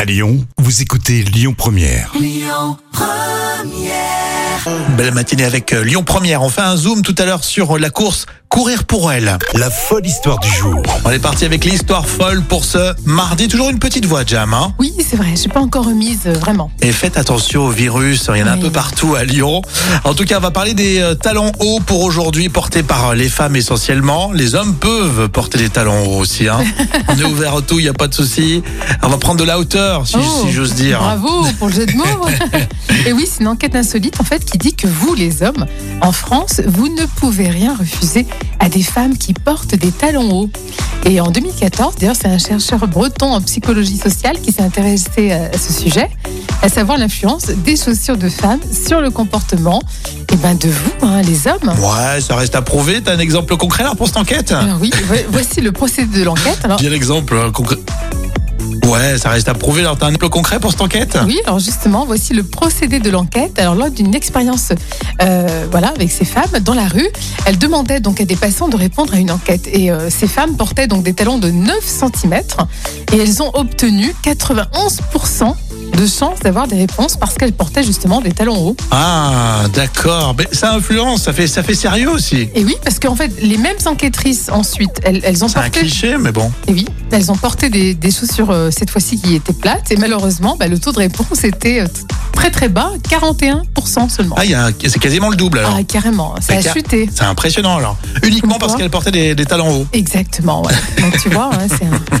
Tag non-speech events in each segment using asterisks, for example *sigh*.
À Lyon, vous écoutez Lyon Première. Belle matinée avec euh, Lyon Première. On fait un zoom tout à l'heure sur euh, la course Courir pour elle. La folle histoire du jour. On est parti avec l'histoire folle pour ce mardi. Toujours une petite voix, Jam. hein. Oui, c'est vrai, j'ai pas encore remise, euh, vraiment. Et faites attention au virus. Il y en a un Oui. peu partout à Lyon. En tout cas, on va parler des euh, talons hauts pour aujourd'hui, portés par euh, les femmes essentiellement. Les hommes peuvent porter des talons hauts aussi. *laughs* hein. on est ouvert à tout, il n'y a pas de souci. On va prendre de la hauteur, si, Oh, si j'ose dire. Bravo pour le jeu de *laughs* mots. Et oui, c'est une enquête insolite en fait qui dit que vous, les hommes, en France, vous ne pouvez rien refuser à des femmes qui portent des talons hauts. Et en 2014, d'ailleurs, c'est un chercheur breton en psychologie sociale qui s'est intéressé à ce sujet, à savoir l'influence des chaussures de femmes sur le comportement et ben, de vous, hein, les hommes. Ouais, ça reste à prouver. T'as un exemple concret là pour cette enquête Alors oui, vo- voici le procédé de l'enquête. Alors, Bien l'exemple euh, concret. Ouais, ça reste à prouver. Alors, t'as un exemple concret pour cette enquête Oui, alors justement, voici le procédé de l'enquête. Alors lors d'une expérience, euh, voilà, avec ces femmes dans la rue, elles demandaient donc à des passants de répondre à une enquête. Et euh, ces femmes portaient donc des talons de 9 cm et elles ont obtenu 91% de chances d'avoir des réponses parce qu'elles portaient justement des talons hauts. Ah, d'accord. Mais ça influence, ça fait, ça fait sérieux aussi. Et oui, parce qu'en fait, les mêmes enquêtrices ensuite, elles, elles ont C'est un porté cliché, mais bon. Et oui, elles ont porté des, des chaussures euh, cette fois-ci qui étaient plates. Et malheureusement, bah, le taux de réponse était euh, t- très très bas, 41% seulement. Ah, il y a un- c'est quasiment le double alors. Ah, carrément, ça Mais a car- chuté. C'est impressionnant alors. Uniquement parce Pourquoi qu'elle portait des, des talons hauts. Exactement, *laughs* ouais. Donc tu vois, ouais, c'est un-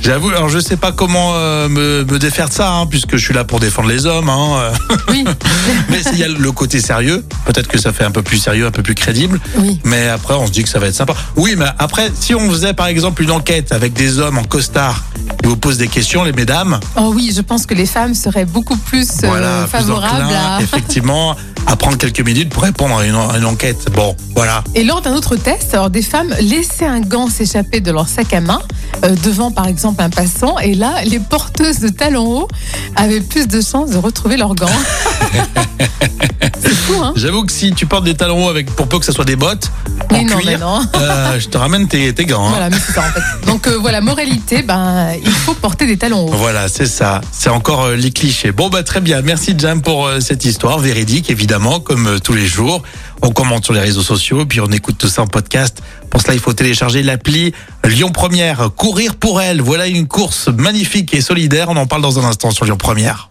J'avoue, alors je sais pas comment euh, me, me défaire de ça, hein, puisque je suis là pour défendre les hommes. hein. Oui, *laughs* Mais il y a le côté sérieux. Peut-être que ça fait un peu plus sérieux, un peu plus crédible. oui. Mais après, on se dit que ça va être sympa. Oui, mais après, si on faisait par exemple une enquête avec des hommes en costard qui vous posent des questions, les mesdames, Oh oui, je pense que les femmes seraient beaucoup plus euh, voilà, plus favorables enclin, *laughs* à... effectivement, à prendre quelques minutes pour répondre à une, à une enquête. Bon, voilà. Et lors d'un autre test, alors des femmes laissaient un gant s'échapper de leur sac à main euh, devant par exemple un passant et là les porteuses de talons hauts avaient plus de chances de retrouver *laughs* leur gant. c'est fou hein J'avoue que si tu portes des talons hauts avec, pour peu que ça soit des bottes, en Mais non, mais cuir, non. euh, je te ramène tes, tes gants. hein. Voilà, mais c'est ça en fait. Donc euh, voilà, moralité, ben il faut porter des talons hauts. Voilà, c'est ça. C'est encore euh, les clichés. Bon, bah très bien. Merci Jam pour euh, cette histoire véridique, évidemment, comme euh, tous les jours. On commente sur les réseaux sociaux, puis on écoute tout ça en podcast. Pour cela, il faut télécharger l'appli Lyon Première. Courir pour elle. Voilà une course magnifique et solidaire. On en parle dans un instant sur Lyon Première.